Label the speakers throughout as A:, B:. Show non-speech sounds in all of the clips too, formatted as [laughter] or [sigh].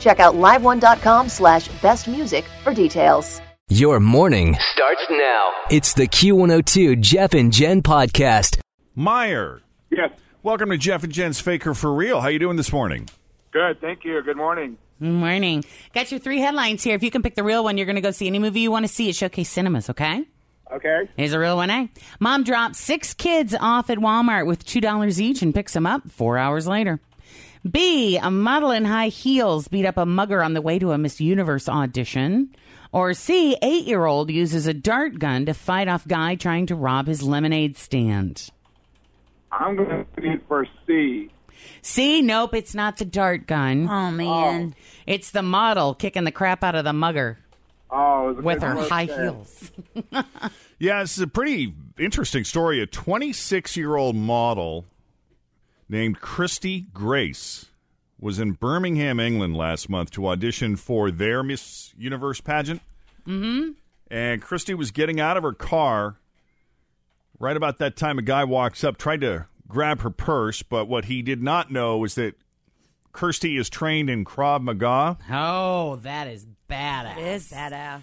A: Check out liveone.com slash bestmusic for details.
B: Your morning
C: Starts now.
B: It's the Q102 Jeff and Jen podcast.
D: Meyer,
E: Yes.
D: welcome to Jeff and Jen's Faker for Real. How you doing this morning?
E: Good. Thank you. Good morning.
F: Morning. Got your three headlines here. If you can pick the real one, you're going to go see any movie you want to see at Showcase Cinemas, okay?
E: Okay.
F: Here's a real one, eh? Mom drops six kids off at Walmart with $2 each and picks them up four hours later. B, a model in high heels beat up a mugger on the way to a Miss Universe audition. Or C, eight year old uses a dart gun to fight off guy trying to rob his lemonade stand.
E: I'm going to be for C.
F: C, nope, it's not the dart gun.
G: Oh man.
F: It's the model kicking the crap out of the mugger
E: Oh, it was a
F: with
E: good
F: her
E: look
F: high
E: there.
F: heels.
D: Yeah, this is a pretty interesting story. A 26 year old model named Christy Grace was in Birmingham, England last month to audition for their Miss Universe pageant. Mm-hmm. And Christy was getting out of her car. Right about that time, a guy walks up, tried to grab her purse, but what he did not know was that Kirsty is trained in Krav Maga.
F: Oh, that is badass.
G: It is badass.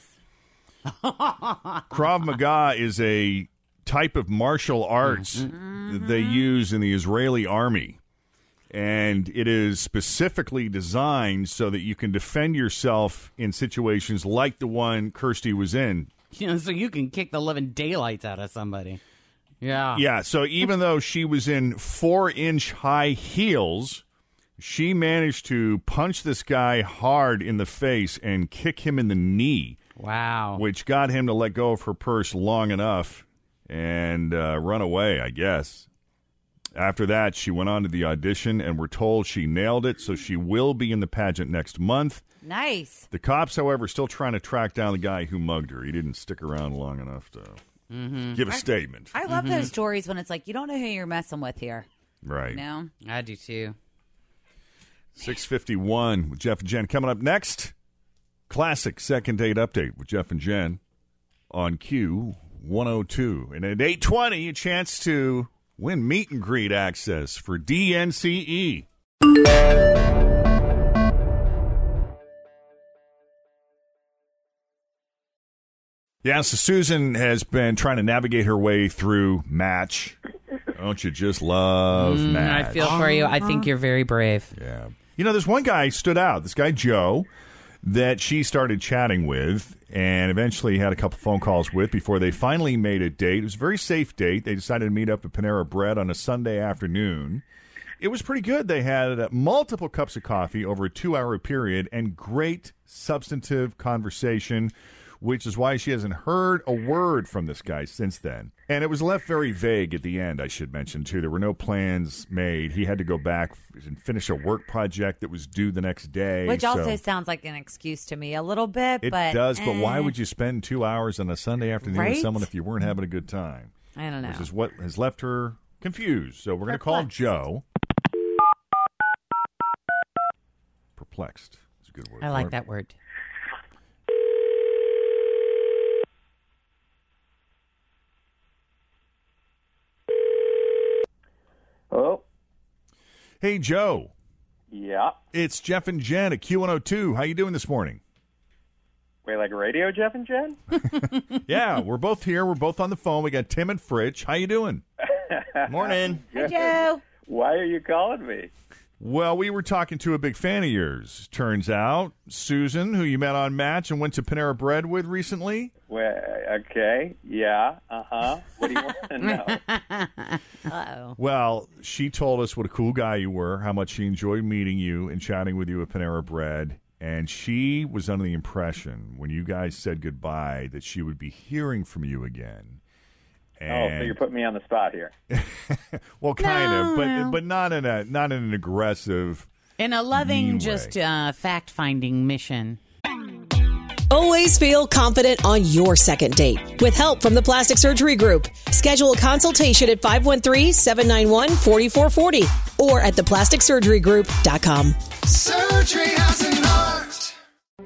D: Krav Maga is a type of martial arts that they use in the Israeli army. And it is specifically designed so that you can defend yourself in situations like the one Kirsty was in.
F: You know, [laughs] so you can kick the living daylights out of somebody. Yeah.
D: Yeah, so even though she was in four inch high heels, she managed to punch this guy hard in the face and kick him in the knee.
G: Oh.
F: Wow.
D: which got him to let go of her purse long enough and uh, run away, I guess. After that, she went on to the audition and we're told she nailed it, so she will be in the pageant next month.
G: Nice.
D: The cops, however, still trying to track down the guy who mugged her. He didn't stick around long enough to give a statement.
G: Mm-hmm. I love those stories when it's like you don't know who you're messing with here.
D: right.
G: You know?
F: I do too.
D: 651 with Jeff and Jen coming up next. Classic second date update with Jeff and Jen on Q102. And at 820, a chance to win meet and greet access for DNCE. Yeah, so Susan has been trying to navigate her way through Match. Don't you just love Match?
F: Mm, I feel for you. I think you're very brave.
D: Yeah. You know, this one guy stood out. This guy Joe that she started chatting with and eventually had a couple phone calls with before they finally made a date. It was a very safe date. They decided to meet up at Panera Bread on a Sunday afternoon. It was pretty good. They had uh, multiple cups of coffee over a 2-hour period and great substantive conversation, which is why she hasn't heard a word from this guy since then. And it was left very vague at the end, I should mention too. There were no plans made. He had to go back and finish a work project that was due the next day.
G: Which
D: so-
G: also sounds like an excuse to me a little bit,
D: it
G: but
D: does, but why
G: eh,
D: would you spend two hours on a Sunday afternoon with
G: Right?
D: someone if you weren't having a good time?
G: I don't know.
D: Which is what has left her confused. So we're going to call
G: Perplexed.
D: Joe. Perplexed is a good word.
F: I like
D: for it.
F: that word.
H: Hello?
D: Hey, Joe.
H: Yeah.
D: It's Jeff and Jen at Q102. How you doing this
G: [laughs]
D: morning?
H: Wait, like radio, Jeff and Jen?
D: yeah, we're both here. We're both on the phone. We got Tim and Fritch. How you doing? Morning.
G: Hey, Joe.
H: Why are you calling me?
D: Well, we were talking to a big fan of yours. Turns out, Susan, who you met on Match and went to Panera Bread with recently.
H: Well, uh, okay, yeah, uh huh. What do you want to know? Oh,
D: Well, she told us what a cool guy you were, how much she enjoyed meeting you and chatting with you at Panera Bread. And she was under the impression when you guys said goodbye that she would be hearing from you again.
H: Oh, so you're putting me on the spot here.
D: well, kind
F: No,
D: of, but
F: no.
D: but not in a not in an aggressive.
F: In a loving,
D: Mean way.
F: just uh, fact finding mission.
C: Always feel confident on your second date. With help from the Plastic Surgery Group, schedule a consultation at 513-791-4440 or at theplasticsurgerygroup.com.
I: Surgery has an art.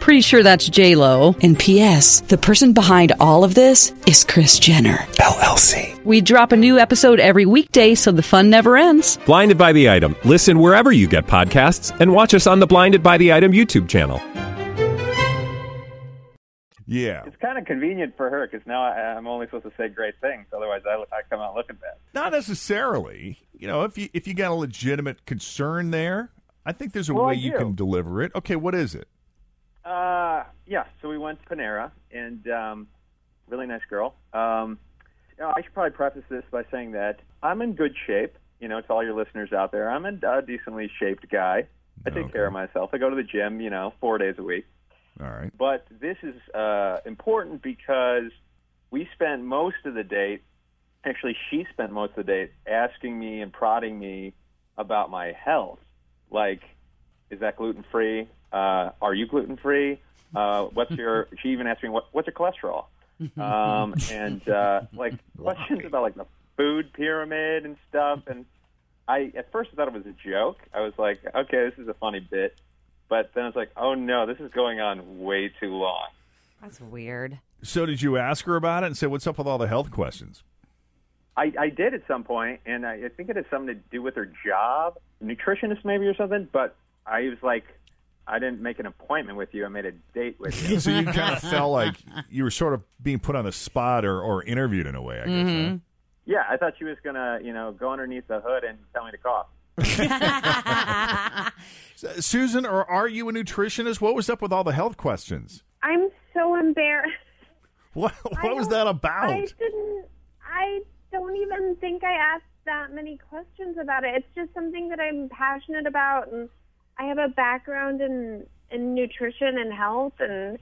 J: Pretty sure that's J Lo.
C: And PS, the person behind all of this is Chris Jenner.
K: LLC.
J: We drop a new episode every weekday, so the fun never ends.
K: Blinded by the item. Listen wherever you get podcasts, and watch us on the Blinded by the Item YouTube channel.
D: Yeah,
H: It's kind of convenient for her because now I, I'm only supposed to say great things. Otherwise, I, I come out looking bad.
D: not necessarily. You know, if you if you got a legitimate concern there, I think there's a
H: Well, I
D: way you
H: do.
D: can deliver it. Okay, what is it?
H: Uh, yeah. So we went to Panera, and um, really nice girl. Um, you know, I should probably preface this by saying that I'm in good shape. You know, to all your listeners out there, I'm a uh, decently shaped guy. I take care of myself. I go to the gym. You know, four days a week.
D: All right.
H: But this is uh, important because we spent most of the date. Actually, she spent most of the date asking me and prodding me about my health. Like, is that gluten free? Uh, are you gluten free? Uh, what's your? she even asked me what, what's your cholesterol. Um, and uh, like questions about like the food pyramid and stuff. And I at first I thought it was a joke. I was like, okay, this is a funny bit. But then I was like, oh no, this is going on way too long.
G: That's weird.
D: So did you ask her about it and say what's up with all the health questions?
H: I, I did at some point, and I, I think it had something to do with her job, nutritionist maybe or something. But I was like, I didn't make an appointment with you. I made a date with
D: [laughs]
H: you.
D: So you kind of felt like you were sort of being put on the spot or, or interviewed in a way. I guess. huh?
H: yeah, I thought she was gonna, you know, go underneath the hood and tell me to cough.
D: S- Uh, Susan, or are you a nutritionist? What was up with all the health questions?
L: I'm so embarrassed.
D: What
L: I
D: what was
L: don't-
D: that about?
L: I didn't. I don't even think I asked that many questions about it. It's just something that I'm passionate about, and I have a background in in nutrition and health. And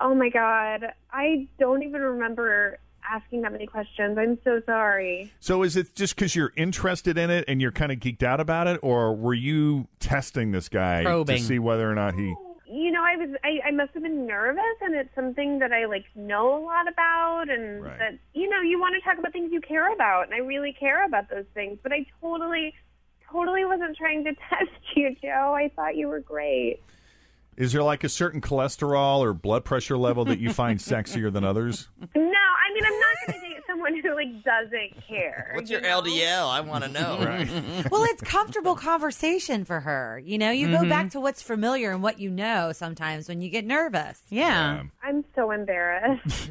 L: oh my god, I don't even remember asking that many questions. I'm so sorry.
D: So is it just because you're interested in it and you're kind of geeked out about it, or were you testing this guy
F: Probing.
D: to see whether or not he?
L: You know, I was I, I must have been nervous, and it's something that I like know a lot about, and
D: Right.
L: that you know you want to talk about things you care about, and I really care about those things. But I totally, totally wasn't trying to [laughs] test you, Joe. I thought you were great.
D: Is there like a certain cholesterol or blood pressure level that you find sexier than others?
L: No, I mean I'm not going to date someone who like doesn't care.
I: What's your LDL? I want to know.
G: well, it's comfortable conversation for her. You know, you
J: Mm-hmm.
G: go back to what's familiar and what you know sometimes when you get nervous.
F: Yeah.
L: I'm so embarrassed.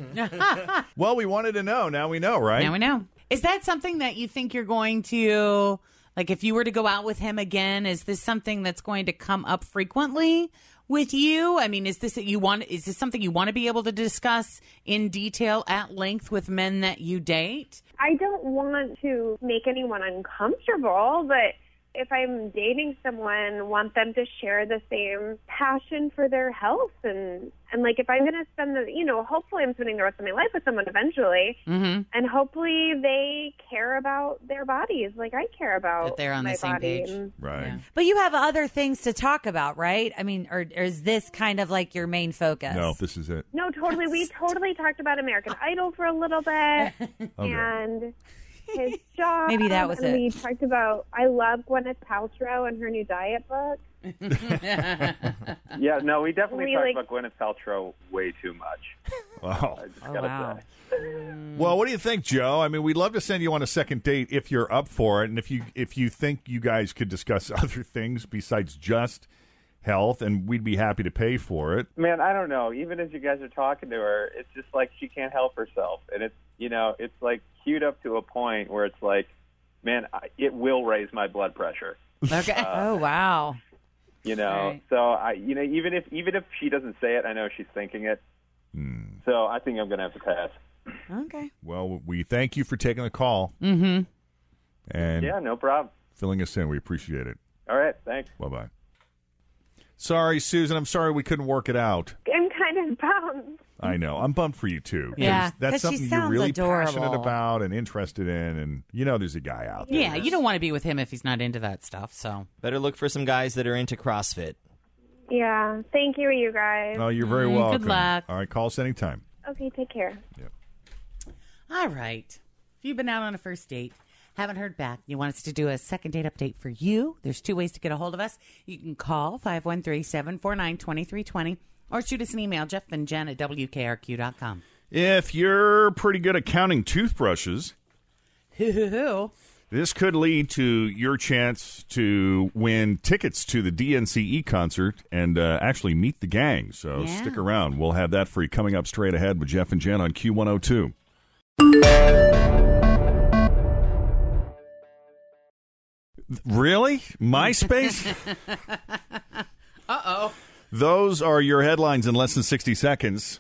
D: Well, we wanted to know. Now we know, right?
F: Now we know. Is that something that you think you're going to like if you were to go out with him again, is this something that's going to come up frequently with you? I mean, is this that you want is this something you want to be able to discuss in detail at length with men that you date?
L: I don't want to make anyone uncomfortable, but if I'm dating someone, want them to share the same passion for their health and and like if I'm going to spend the you know hopefully I'm spending the rest of my life with someone eventually,
F: Mm-hmm.
L: and hopefully they care about their bodies like I care about
F: That they're on
L: my
F: the same
L: body.
F: page.
L: And
D: Right.
G: But you have other things to talk about, right? I mean, or, or is this kind of like your main focus?
D: No, this is it.
L: no, totally. We totally talked about American Idol for a little bit, and his job.
G: Maybe that was
L: and
G: it.
L: We talked about. I love Gwyneth Paltrow and her new diet book.
H: [laughs] Yeah, no, we definitely
L: We,
H: talked
L: like-
H: about Gwyneth Paltrow way too much.
D: Wow.
H: Oh, wow.
D: Well, what do you think, Joe? I mean, we'd love to send you on a second date if you're up for it, and if you if you think you guys could discuss [laughs] other things besides just health, and we'd be happy to pay for it.
H: Man, I don't know. Even as you guys are talking to her, it's just like she can't help herself, and it's you know, it's like queued up to a point where it's like, man, I, it will raise my blood pressure.
F: Okay. oh wow.
H: You know,
F: Right.
H: so I, you know, even if even if she doesn't say it, I know she's thinking it. So I think I'm going to have to pass.
F: Okay.
D: Well, we thank you for taking the call
F: Mm-hmm.
D: and
H: Yeah, no problem.
D: filling us in. We appreciate it.
H: All right, thanks.
D: Bye bye. Sorry, Susan. I'm sorry we couldn't work it out.
L: I'm kind of bummed.
D: I know. I'm bummed for you too. 'cause
F: Mm. Yeah, 'cause
D: that's
F: she
D: something you're
F: sounds
D: really
F: adorable.
D: passionate about and interested in, and you know, there's a guy out there.
F: Yeah, you don't want to be with him if he's not into that stuff. So
I: Better look for some guys that are into CrossFit.
L: Yeah. Thank you, you guys.
D: Oh, you're very
F: Mm, good
D: welcome.
F: luck.
D: All right, call us anytime.
L: Okay, take care.
F: All right. If you've been out on a first date, haven't heard back, you want us to do a second date update for you, there's two ways to get a hold of us. You can call 513 749 2320 or shoot us an email, Jeff and Jen at WKRQ.com.
D: If you're pretty good at counting toothbrushes,
F: Hoo, hoo, hoo.
D: this could lead to your chance to win tickets to the DNCE E concert and uh, actually meet the gang. So
F: Yeah.
D: stick around. We'll have that for you coming up straight ahead with Jeff and Jen on Q102. Really?
M: [laughs]
D: MySpace?
F: Uh oh.
D: Those are your headlines in less than
M: [laughs]
D: 60 seconds.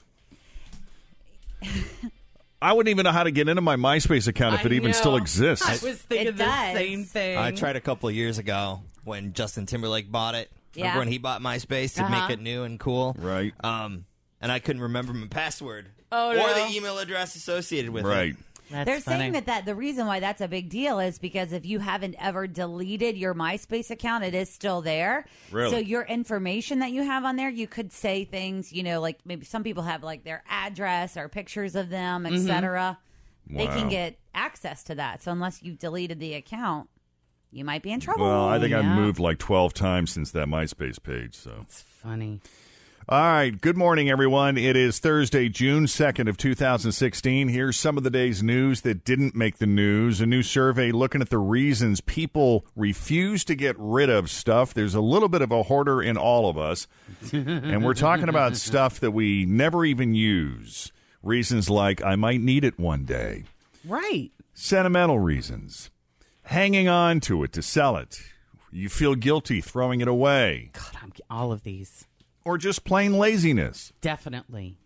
D: I wouldn't even know how to get into my MySpace account if it even still exists.
M: I was thinking
F: It
M: the
F: does.
M: same thing.
I: I tried a couple of years ago when Justin Timberlake bought it.
F: Yeah.
I: Remember when he bought MySpace to
F: Uh-huh.
I: make it new and cool?
D: Right.
I: Um, and I couldn't remember my password
F: Oh,
I: or
F: no.
I: the email address associated with
D: Right.
I: it.
F: That's
G: They're
F: funny.
G: saying that, that the reason why that's a big deal is because if you haven't ever deleted your MySpace account, it is still there.
D: Really?
G: So your information that you have on there, you could say things, you know, like maybe some people have like their address or pictures of them,
F: Mhm.
G: etc. They
D: Mm-hmm. Wow.
G: can get access to that. So unless you've deleted the account, you might be in trouble.
D: Well, I think I've
G: Yeah.
D: moved like 12 times since that MySpace page, so.
F: Funny.
D: All right, good morning everyone. It is Thursday, June 2nd of 2016. Here's some of the day's news that didn't make the news. A new survey looking at the reasons people refuse to get rid of stuff. There's a little bit of a hoarder in all of
G: [laughs]
D: us. and we're talking about stuff that we never even use. Reasons like I might need it one day,
F: Right.
D: sentimental reasons, hanging on to it to sell it. You feel guilty throwing it away,
F: God, I'm all of these.
D: or just plain laziness.
F: Definitely.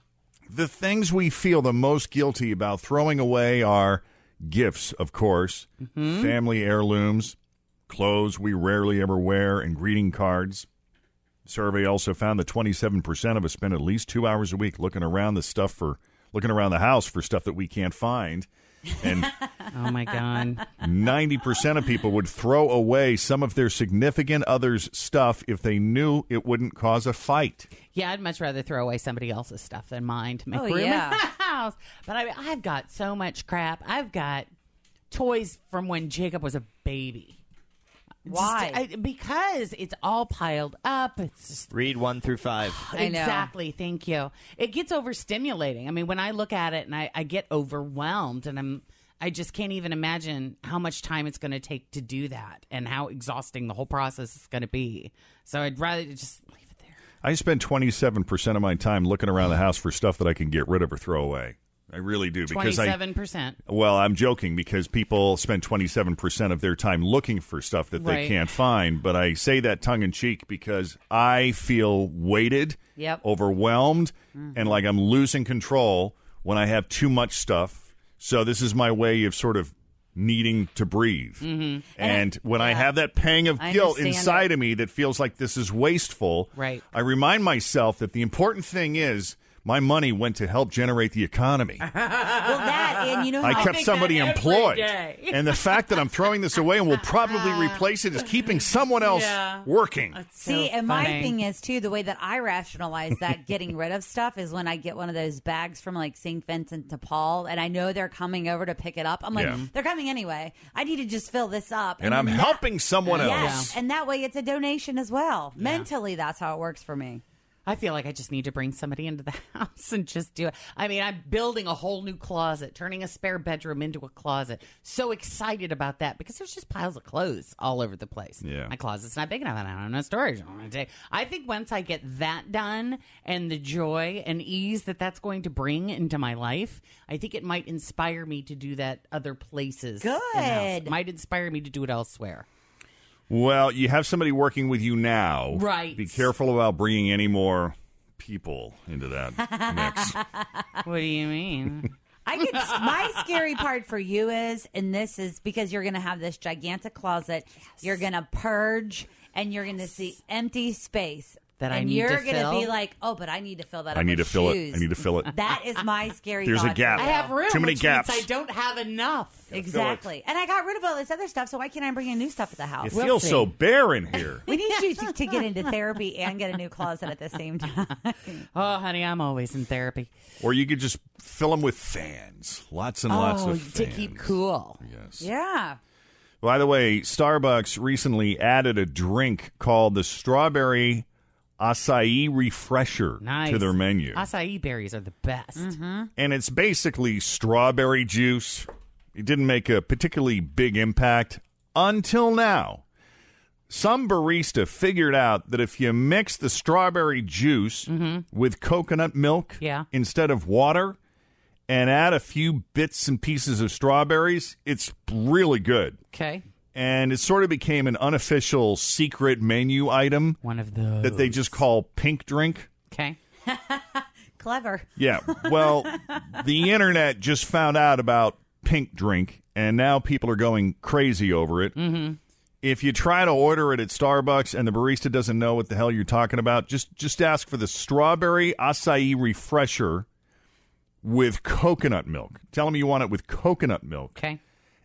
D: The things we feel the most guilty about throwing away are gifts, of course, family heirlooms, clothes we rarely ever wear, and greeting cards. Survey also found that 27% of us spend at least 2 hours a week looking around the stuff for looking around the house for stuff that we can't find and
F: Oh my [laughs] God.
D: 90% of people would throw away some of their significant other's stuff if they knew it wouldn't cause a fight.
F: Yeah, I'd much rather throw away somebody else's stuff than mine to make
G: Oh,
F: room in
G: yeah.
F: the [laughs] house. But I, I've got so much crap. I've got toys from when Jacob was a baby. Just-
G: Why?
F: I- because it's all piled up. It's just
I: Read one through five.
G: [sighs] I know.
F: exactly. Thank you. It gets overstimulating. I mean, when I look at it and I, I get overwhelmed, and I'm I just can't even imagine how much time it's going to take to do that, and how exhausting the whole process is going to be. So I'd rather just leave it there.
D: I spend 27% of my time looking around the house for stuff that I can get rid of or throw away. I really do because I
F: Twenty-seven percent.
D: well, I'm joking because people spend 27% of their time looking for stuff that they
F: Right.
D: can't find, but I say that tongue in cheek because I feel weighted,
G: Yep.
D: overwhelmed, and like I'm losing control when I have too much stuff. So this is my way of sort of needing to breathe. Mm-hmm. And, when I have that pang of
G: I
D: guilt
G: understand
D: inside of me that feels like this is wasteful,
F: Right.
D: I remind myself that the important thing is my money went to help generate the economy.
G: Well, that and you know
D: I
G: how
D: kept somebody
F: that every
D: employed.
F: day.
D: and the fact that I'm throwing this away and will
F: [laughs]
D: probably replace it is keeping someone else
F: Yeah.
D: working.
G: See,
F: So
G: and my
F: funny.
G: thing is too the way that I rationalize that getting rid of stuff is when I get one of those bags from like St. Vincent de Paul, and I know they're coming over to pick it up. I'm like,
D: Yeah.
G: they're coming anyway. I need to just fill this up,
D: And I'm
G: then that-
D: helping someone
G: Yes,
D: else.
G: and that way it's a donation as well. Mentally, that's how it works for me.
F: I feel like I just need to bring somebody into the [laughs] house and just do it. I mean, I'm building a whole new closet, turning a spare bedroom into a closet. So excited about that because there's just piles of clothes all over the place. Yeah. My closet's not big enough and I don't have enough storage. I don't wanna take- I think once I get that done and the joy and ease that that's going to bring into my life, I think it might inspire me to do that other places. in the house.
G: Good.
F: Might inspire me to do it
D: [laughs]
F: elsewhere.
D: Well, you have somebody working with you now.
F: Right.
D: Be careful about bringing any more people into that
F: [laughs]
D: mix.
F: what do you mean?
G: I could. my scary part for you is, and this is because you're going to have this gigantic closet. You're going to purge, and you're going to see empty space
D: That I
G: and
D: need to
G: you're gonna be
D: fill?
G: like, oh, but I need to fill that.
D: I
G: up
D: need to
G: with
D: fill it.
G: shoes.
D: I need to fill it.
G: That is my scary.
D: There's a
G: thought for
D: gap.
G: you.
D: I have room, Too many which means gaps. I
F: don't have enough.
G: Exactly. And I got rid of all this other stuff, so why can't I bring in new stuff to the house?
D: It feels so bare in here.
G: We need you to, to get into therapy and get a new closet at the same time.
D: [laughs]
F: Oh, honey, I'm always in therapy.
D: Or you could just fill them with fans. Lots and lots
F: oh,
D: of
F: to
D: fans.
F: keep cool.
D: Yes.
G: Yeah.
D: By the way, Starbucks recently added a drink called the Strawberry Acai Refresher
F: Nice.
D: to their menu.
F: Acai berries are the best.
D: and it's basically strawberry juice. It didn't make a particularly big impact until now. Some barista figured out that if you mix the strawberry juice with coconut milk
F: Mm-hmm. Yeah.
D: instead of water and add a few bits and pieces of strawberries, it's really good.
F: Okay.
D: And it sort of became an unofficial secret menu item.
F: One of those.
D: That they just call pink drink.
F: Okay.
G: Clever.
D: Yeah. Well, the internet just found out about pink drink, and now people are going crazy over it. Mm-hmm. If you try to order it at Starbucks and the barista doesn't know what the hell you're talking about, just just ask for the strawberry acai refresher with coconut milk. Tell them you want it with coconut milk.
F: Okay.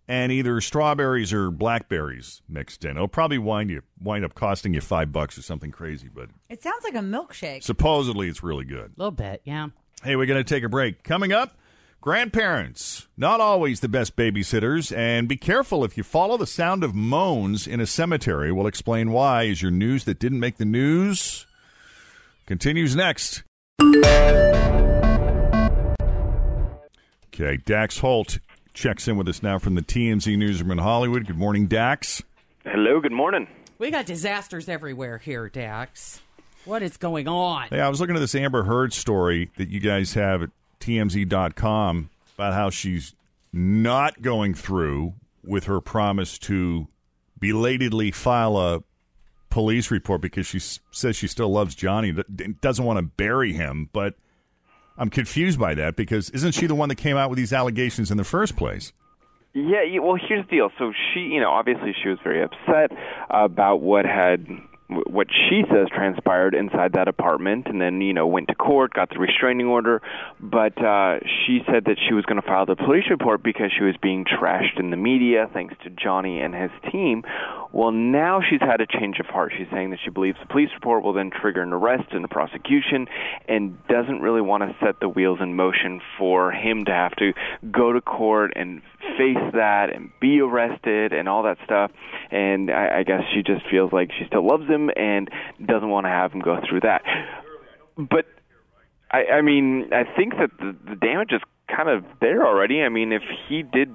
D: And either strawberries or blackberries mixed in. It'll probably wind you wind up costing you five bucks or something crazy, but
G: It sounds like a milkshake.
D: supposedly it's really good.
F: A little bit, yeah.
D: Hey, we're going to take a break. Coming up, grandparents, not always the best babysitters, and be careful if you follow the sound of moans in a cemetery. We'll explain why Is your news that didn't make the news continues next. Okay, Dax Holt checks in with us now from the TMZ newsroom in Hollywood. Good morning, Dax.
N: Hello, good morning.
F: We got disasters everywhere here, Dax. What is going on?
D: Hey, I was looking at this Amber Heard story that you guys have at TMZ.com about how she's not going through with her promise to belatedly file a police report because she s- says she still loves Johnny, d- d- doesn't want to bury him. But I'm confused by that because isn't she the one that came out with these allegations in the first place?
N: Yeah, yeah, well, here's the deal. So she, you know, obviously she was very upset about what had what she says transpired inside that apartment and then, you know, went to court, got the restraining order, but uh she said that she was going to file the police report because she was being trashed in the media thanks to Johnny and his team. Well, now she's had a change of heart. She's saying that she believes the police report will then trigger an arrest and a prosecution and doesn't really want to set the wheels in motion for him to have to go to court and face that and be arrested and all that stuff. And I, I guess she just feels like she still loves him and doesn't want to have him go through that. But I, I mean, I think that the, the damage is kind of there already. I mean, if he did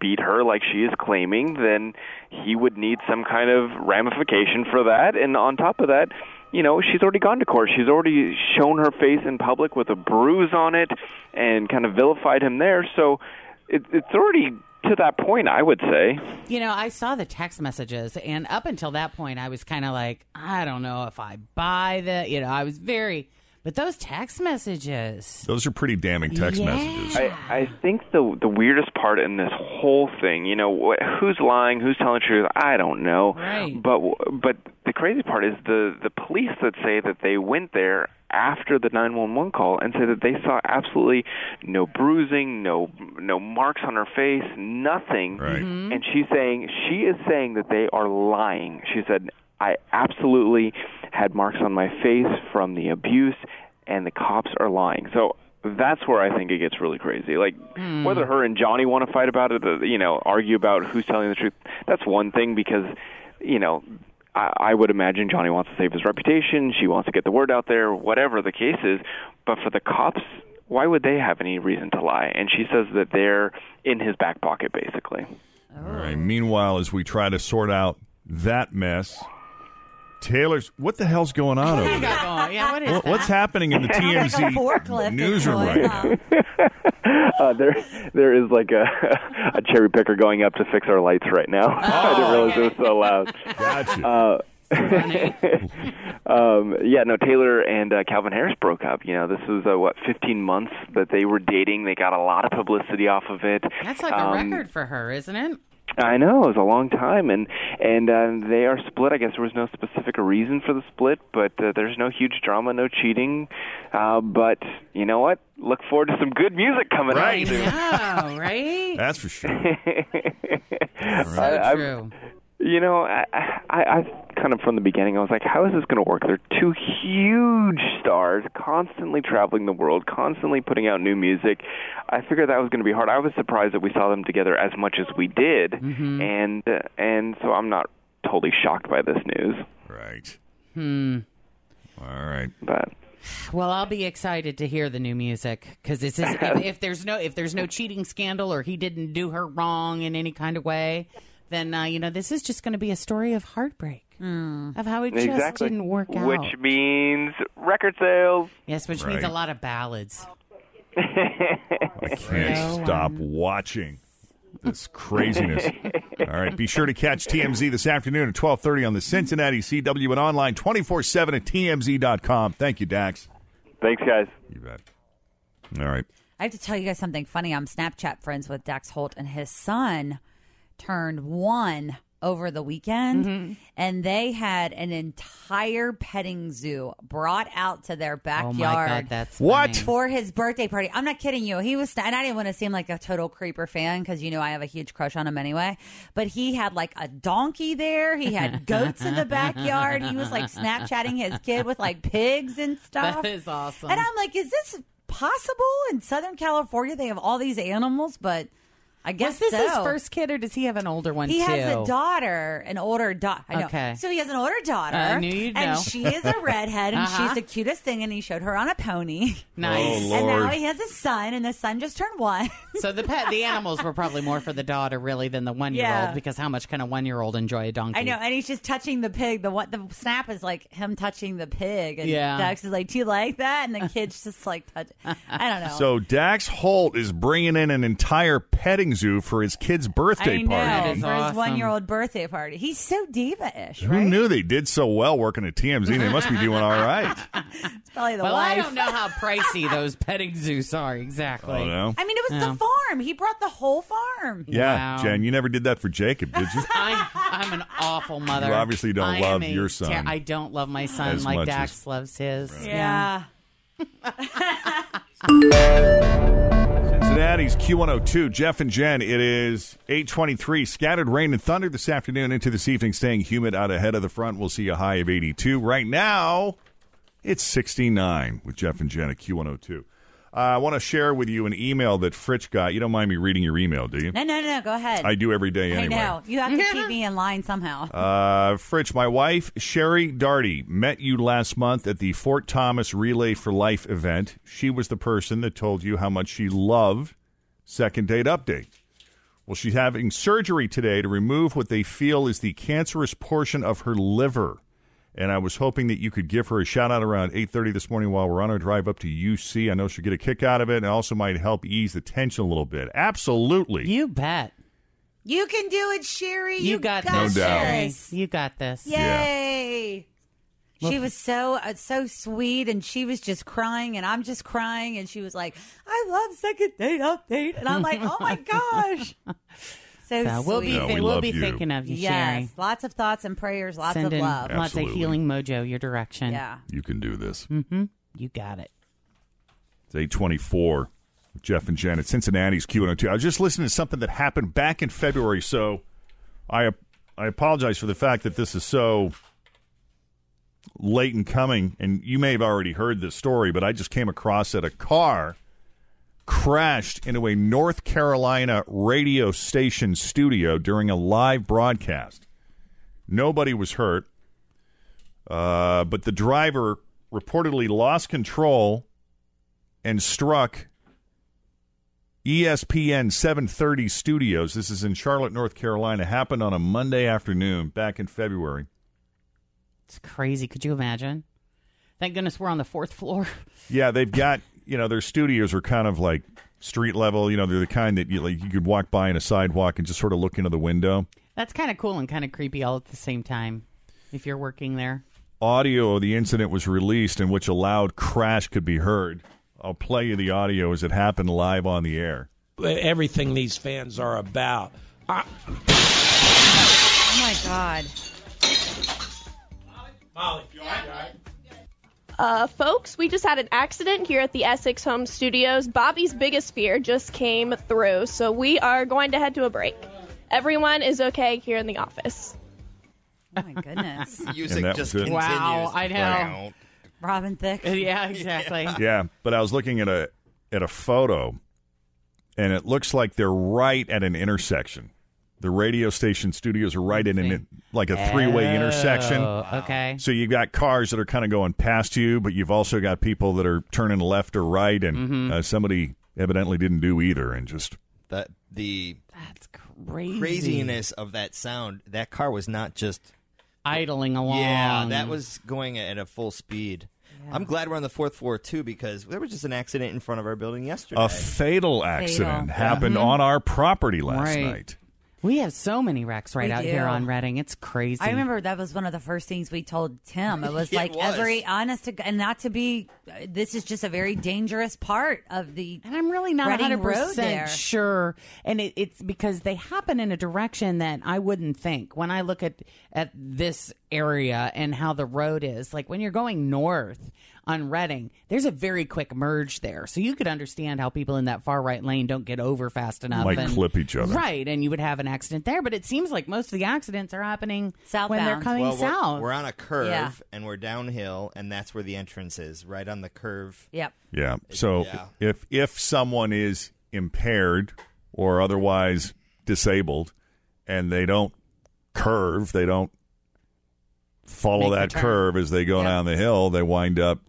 N: beat her like she is claiming, then he would need some kind of ramification for that. And on top of that, you know, she's already gone to court. She's already shown her face in public with a bruise on it and kind of vilified him there. So it, it's already to that point, I would say.
F: You know, I saw the text messages, and up until that point, I was kind of like, I don't know if I buy that. You know, I was very, but those text messages.
D: Those are pretty damning text messages.
N: I, I think the the weirdest part in this whole thing, you know, wh- who's lying, who's telling the truth, I don't know.
O: Right.
N: But but the crazy part is the the police that say that they went there after the 911 call and say that they saw absolutely no bruising, no no marks on her face, nothing.
D: Right.
O: Mhm.
N: And she's saying she is saying that they are lying. She said I absolutely had marks on my face from the abuse and the cops are lying. So that's where I think it gets really crazy. Like whether her and Johnny want to uh, fight about it, the, you know, argue about who's telling the truth, that's one thing because you know I, I would imagine Johnny wants to save his reputation. She wants to get the word out there, whatever the case is. But for the cops, why would they have any reason to lie? And she says that they're in his back pocket, basically.
D: All right. Meanwhile, as we try to sort out that mess, Taylor's. What the hell's going on over there?
F: Oh, yeah, what is
D: What- what's
F: that?
D: happening in the
F: Sounds
G: [laughs]
F: like a forklift is
D: TMZ newsroom
F: going
D: right now?
N: [laughs] uh, there, there is like a, [laughs] a cherry picker going up to fix our lights right now. [laughs] I
F: Oh,
N: didn't realize it was so loud.
D: [laughs]
F: [laughs]
D: Gotcha.
N: Uh, um, yeah, no, Taylor and uh, Calvin Harris broke up. You know, this was uh, what 15 months that they were dating. They got a lot of publicity off of it.
F: [laughs] That's like a
N: Um,
F: record for her, isn't it?
N: I know it was a long time, and and uh, they are split. I guess there was no specific reason for the split, but uh, there's no huge drama, no cheating. Uh, but you know what? Look forward to some good music coming out soon.
F: Oh, right? [laughs]
D: That's for sure.
N: So
D: uh,
N: true. You know, I, I, I kind of from the beginning, I was like, how is this going to work? They're two huge stars, constantly traveling the world, constantly putting out new music. I figured that was going to be hard. I was surprised that we saw them together as much as we did,
F: Mm-hmm.
N: and uh, and so I'm not totally shocked by this news.
D: Right.
F: Hmm.
D: All right.
N: But
F: Well, I'll be excited to hear the new music because it's just- if, if there's no if there's no cheating scandal or he didn't do her wrong in any kind of way, then uh, you know this is just going to be a story of heartbreak
G: Hmm.
F: of how it just
N: exactly,
F: didn't work out.
N: which means record sales. [laughs]
F: yes, which means a lot of ballads.
G: Oh
D: I can't
F: So,
D: stop watching this [laughs] craziness. All right, be sure to catch TMZ this afternoon at 12:30 on the Cincinnati CW and online 24/7 at tmz.com. Thank you, Dax.
N: Thanks, guys.
D: You bet. All right.
G: I have to tell you guys something funny. I'm Snapchat friends with Dax Holt, and his son turned one over the weekend,
F: Mm-hmm.
G: and they had an entire petting zoo brought out to their
F: Oh
G: backyard.
F: my god, that's
D: What?
G: For his birthday party. I'm not kidding you. He was, and I didn't want to seem like a total creeper fan because you know I have a huge crush on him anyway. But he had like a donkey there.
F: [laughs]
G: He had goats in the backyard. He was like Snapchatting his kid with like pigs and stuff.
F: [laughs] That is awesome.
G: And I'm like, is this possible in Southern California? They have all these animals, but I guess
F: Was this his
G: so.
F: first kid or does he have an older one
G: He
F: too?
G: has a daughter, an older daughter.
F: Okay.
G: So he has an older daughter.
F: I knew you'd
G: and
F: know.
G: she is a redhead, and
F: Uh-huh.
G: she's the cutest thing. And he showed her on a pony.
F: Nice.
D: Oh,
G: And now
D: Lord.
G: he has a son, and the son just turned one.
F: So the pet, the animals were probably more for the daughter really than the one year
G: Yeah.
F: old because how much can a one year old enjoy a donkey?
G: I know, and he's just touching the pig. The what? The snap is like him touching the pig, and
F: Yeah.
G: Dax is like, "Do you like that?" And the kid's just like, touch. I don't know.
D: So Dax Holt is bringing in an entire petting zoo for his kid's birthday
G: I know
D: party.
G: for his one-year-old birthday party. He's so diva-ish.
D: Who knew they did so well working at TMZ? They must be doing all
G: [laughs]
D: right.
G: It's probably
F: Mm-hmm.
G: the
F: Well, I
G: wife.
F: don't know how pricey those petting zoos are exactly.
D: Oh, no?
G: I mean, it was
F: Yeah.
G: the farm. He brought the whole farm.
D: Yeah,
F: Wow.
D: Jen, you never did that for Jacob, did you?
F: I'm, I'm an awful mother.
D: You obviously don't
F: I am
D: love
F: a
D: your son
F: ter- I don't love my son
D: as
F: like
D: much
F: Dax
D: as-
F: loves his.
G: Yeah.
D: Cincinnati's Q102, Jeff and Jen. It is 823, scattered rain and thunder this afternoon into this evening, staying humid out ahead of the front. We'll see a high of 82. Right now, it's 69 with Jeff and Jen at Q102. Uh, I want to share with you an email that Fritch got. You don't mind me reading your email, do you?
G: No, no, no. Go ahead.
D: I do every day
G: I
D: anyway.
G: know. You have to
F: [laughs]
G: keep me in line somehow.
D: Uh, Fritch, my wife, Sherry Darty, met you last month at the Fort Thomas Relay for Life event. She was the person that told you how much she loved Second Date Update. Well, she's having surgery today to remove what they feel is the cancerous portion of her liver. And I was hoping that you could give her a shout out around 8:30 this morning while we're on our drive up to UC. I know she'll get a kick out of it and also might help ease the tension a little bit. Absolutely.
F: You bet.
G: You can do it, Sherry.
F: You,
G: You,
F: got,
D: No
F: this.
D: doubt.
F: Sherry.
G: this.
F: You got this.
G: Yay!
F: Well-
G: She was so uh, so sweet, and she was just crying, and I'm just crying, and she was like, "I love second date update," and I'm like, "Oh
F: [laughs]
G: my gosh!" So
F: So we'll be
G: sweet.
D: No, we
F: we will
D: love
F: be
D: you.
F: thinking of you,
G: yes,
F: Sherry.
G: lots of thoughts and prayers, lots
F: Sending
G: of love.
F: lots
D: Absolutely.
F: of healing mojo your direction.
G: Yeah.
D: You can do this.
F: Mm-hmm. You got it.
D: It's 824. Jeff and Janet, Cincinnati's Q102. I was just listening to something that happened back in February, so I I apologize for the fact that this is so late in coming, and you may have already heard this story, but I just came across that a car crashed into a North Carolina radio station studio during a live broadcast. Nobody was hurt. Uh, but the driver reportedly lost control and struck E ESPN 730 Studios. This is in Charlotte, North Carolina. Happened on a Monday afternoon back in February.
F: It's crazy. Could you imagine? Thank goodness we're on the fourth floor. [laughs]
D: Yeah, they've got you know their studios are kind of like street level. You know, they're the kind that you like you could walk by on a sidewalk and just sort of look into the window.
F: That's kind of cool and kind of creepy all at the same time if you're working there.
D: Audio of the incident was released in which a loud crash could be heard. I'll play you the audio as it happened live on the air.
O: everything these fans are about. I,
G: Oh my god.
P: Uh, folks, we just had an accident here at the Essex Home Studios. Bobby's biggest fear just came through, so we are going to head to a break. Everyone is okay here in the office.
G: Oh my
F: [laughs]
G: goodness.
D: Music that just was it. continues
F: Wow,
D: to
F: I
D: play
F: know.
D: out.
G: Robin
F: [laughs]
G: Thicke.
F: Yeah, exactly.
D: Yeah, but I was looking at a at a photo, and it looks like they're right at an intersection. The radio station studios are right in an, like a three way intersection.
F: Oh, okay.
D: So you've got cars that are kind of going past you, but you've also got people that are turning left or right, and uh, somebody evidently didn't do either, and just
I: That the
F: that's crazy
I: craziness of that sound. That car was not just
F: Idling along.
I: yeah, that was going at a full speed. I'm glad we're on the fourth floor too because there was just an accident in front of our building yesterday.
D: a fatal accident
I: Yeah.
D: happened
I: Mhm.
D: on our property last
I: Right.
D: night.
F: We have so many wrecks right
G: We
F: out
G: do.
F: here on Reading. It's crazy.
G: I remember that was one of the first things we told Tim. It
F: [laughs]
G: was
F: It
G: like
F: was.
G: every honest to g- and not to be. uh, This is just a very dangerous part of the.
F: And I'm really not
G: Reading
F: 100
G: Road there.
F: percent sure, and it, it's because they happen in a direction that I wouldn't think. When I look at at this area and how the road is, like when you're going north on Reading, there's a very quick merge there, so you could understand how people in that far right lane don't get over fast enough.
D: Might
F: and,
D: clip each other.
F: right? And you would have an accident there. But it seems like most of the accidents are happening when they're
G: Southbound.
F: coming
I: well, we're-
F: south.
I: We're, on a curve
F: Yeah.
I: and we're downhill, and that's where the entrance is, right on the curve.
G: Yep.
D: Yeah. So
I: Yeah.
D: if if someone is impaired or otherwise disabled and they don't curve, they don't follow
Q: Make the
D: that
Q: turn.
D: curve as they go down the hill, they wind up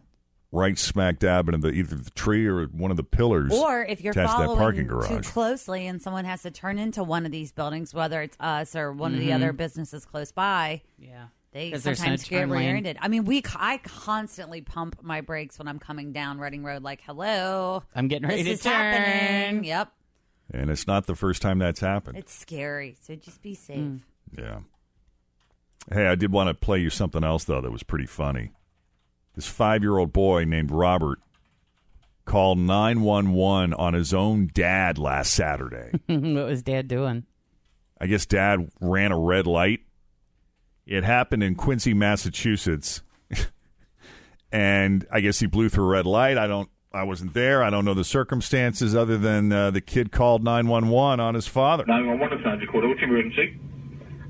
D: right smack dab into the, either the tree or one of the pillars.
G: Or if you're
D: attached to that
G: following
D: parking
G: too
D: garage.
G: closely and someone has to turn into one of these buildings, whether it's us or one of the
F: Mhm.
G: other
D: Mm-hmm.
G: businesses close by,
F: yeah,
G: they
F: 'Cause there's no
G: sometimes get
F: turn lane.
G: rear-ended. I mean, we I constantly pump my brakes when I'm coming down Reading Road. Like, hello,
F: I'm getting ready
G: this
F: to
G: is happening.
F: turn.
G: Yep,
D: and it's not the first time that's happened.
G: it's scary. So just be safe.
F: Mm.
D: Yeah. Hey, I did want to play you something else though that was pretty funny. This five-year-old boy named Robert called nine one one on his own dad last Saturday. [laughs]
F: what was Dad doing?
D: I guess dad ran a red light. It happened in Quincy, Massachusetts. [laughs] and I guess he blew through a red light. I don't I wasn't there. I don't know the circumstances other than uh, the kid called 911 on his father.
R: 911 is not Dakota. What's your emergency?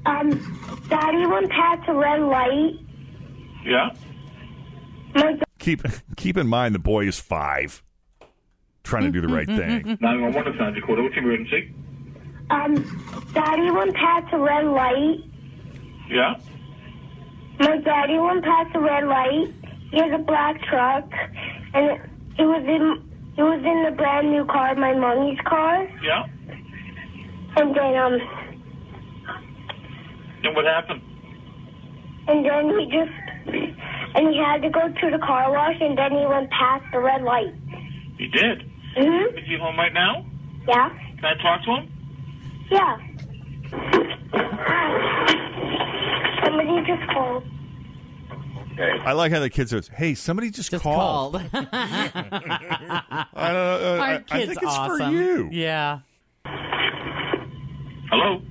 S: Um, Daddy went past a red light.
R: Yeah.
D: Keep [laughs] keep in mind the boy is 5 trying to do the right thing.
L: [laughs]
R: 911 is not Dakota. What's your emergency?
S: Um, Daddy went past a red light.
R: Yeah.
S: My daddy went past a red light. He had a black truck, and it, it was in it was in the brand new car, my mommy's car.
R: Yeah.
S: And then um,
R: And what happened?
S: and then he just and he had to go to the car wash, and then he went past the red light.
R: He did.
S: Mhm.
R: Is he home right now?
S: Yeah.
R: Can I talk to him?
S: Yeah. Somebody just called.
D: I like how the kid says, "Hey, somebody just, called." [laughs] I don't know. uh,
F: Our
D: I- I
F: kid's
D: think it's for
F: awesome.
D: you.
F: Yeah.
R: Hello.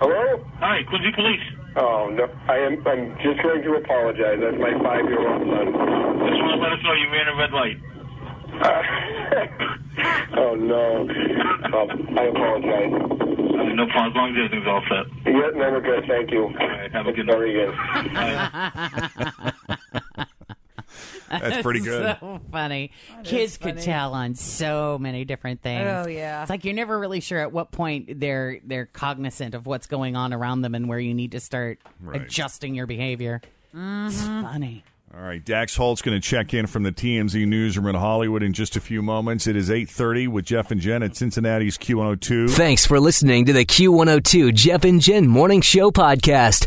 T: Hello?
R: Hi, Quincy Police.
T: Oh no, I am. I'm just going to apologize. That's my five-year-old son.
R: Just want to let us know you ran a red light.
T: Oh
R: [laughs]
T: no, um, I apologize.
R: No problem. As long as everything's all set.
T: Yeah, no, we're good. Thank you.
R: have a good
T: Very good.
F: [laughs]
D: That's pretty good.
F: So funny.
G: That is
F: Kids could
G: funny.
F: tell on so many different things.
G: Oh, yeah.
F: It's like you're never really sure at what point they're they're cognizant of what's going on around them and where you need to start
D: Right.
F: adjusting your behavior. It's
G: Mm-hmm.
F: funny.
D: All right, Dax Holt's going to check in from the TMZ newsroom in Hollywood in just a few moments. It is 8:30 with Jeff and Jen at Cincinnati's Q102.
B: Thanks for listening to the Q102 Jeff and Jen Morning Show podcast.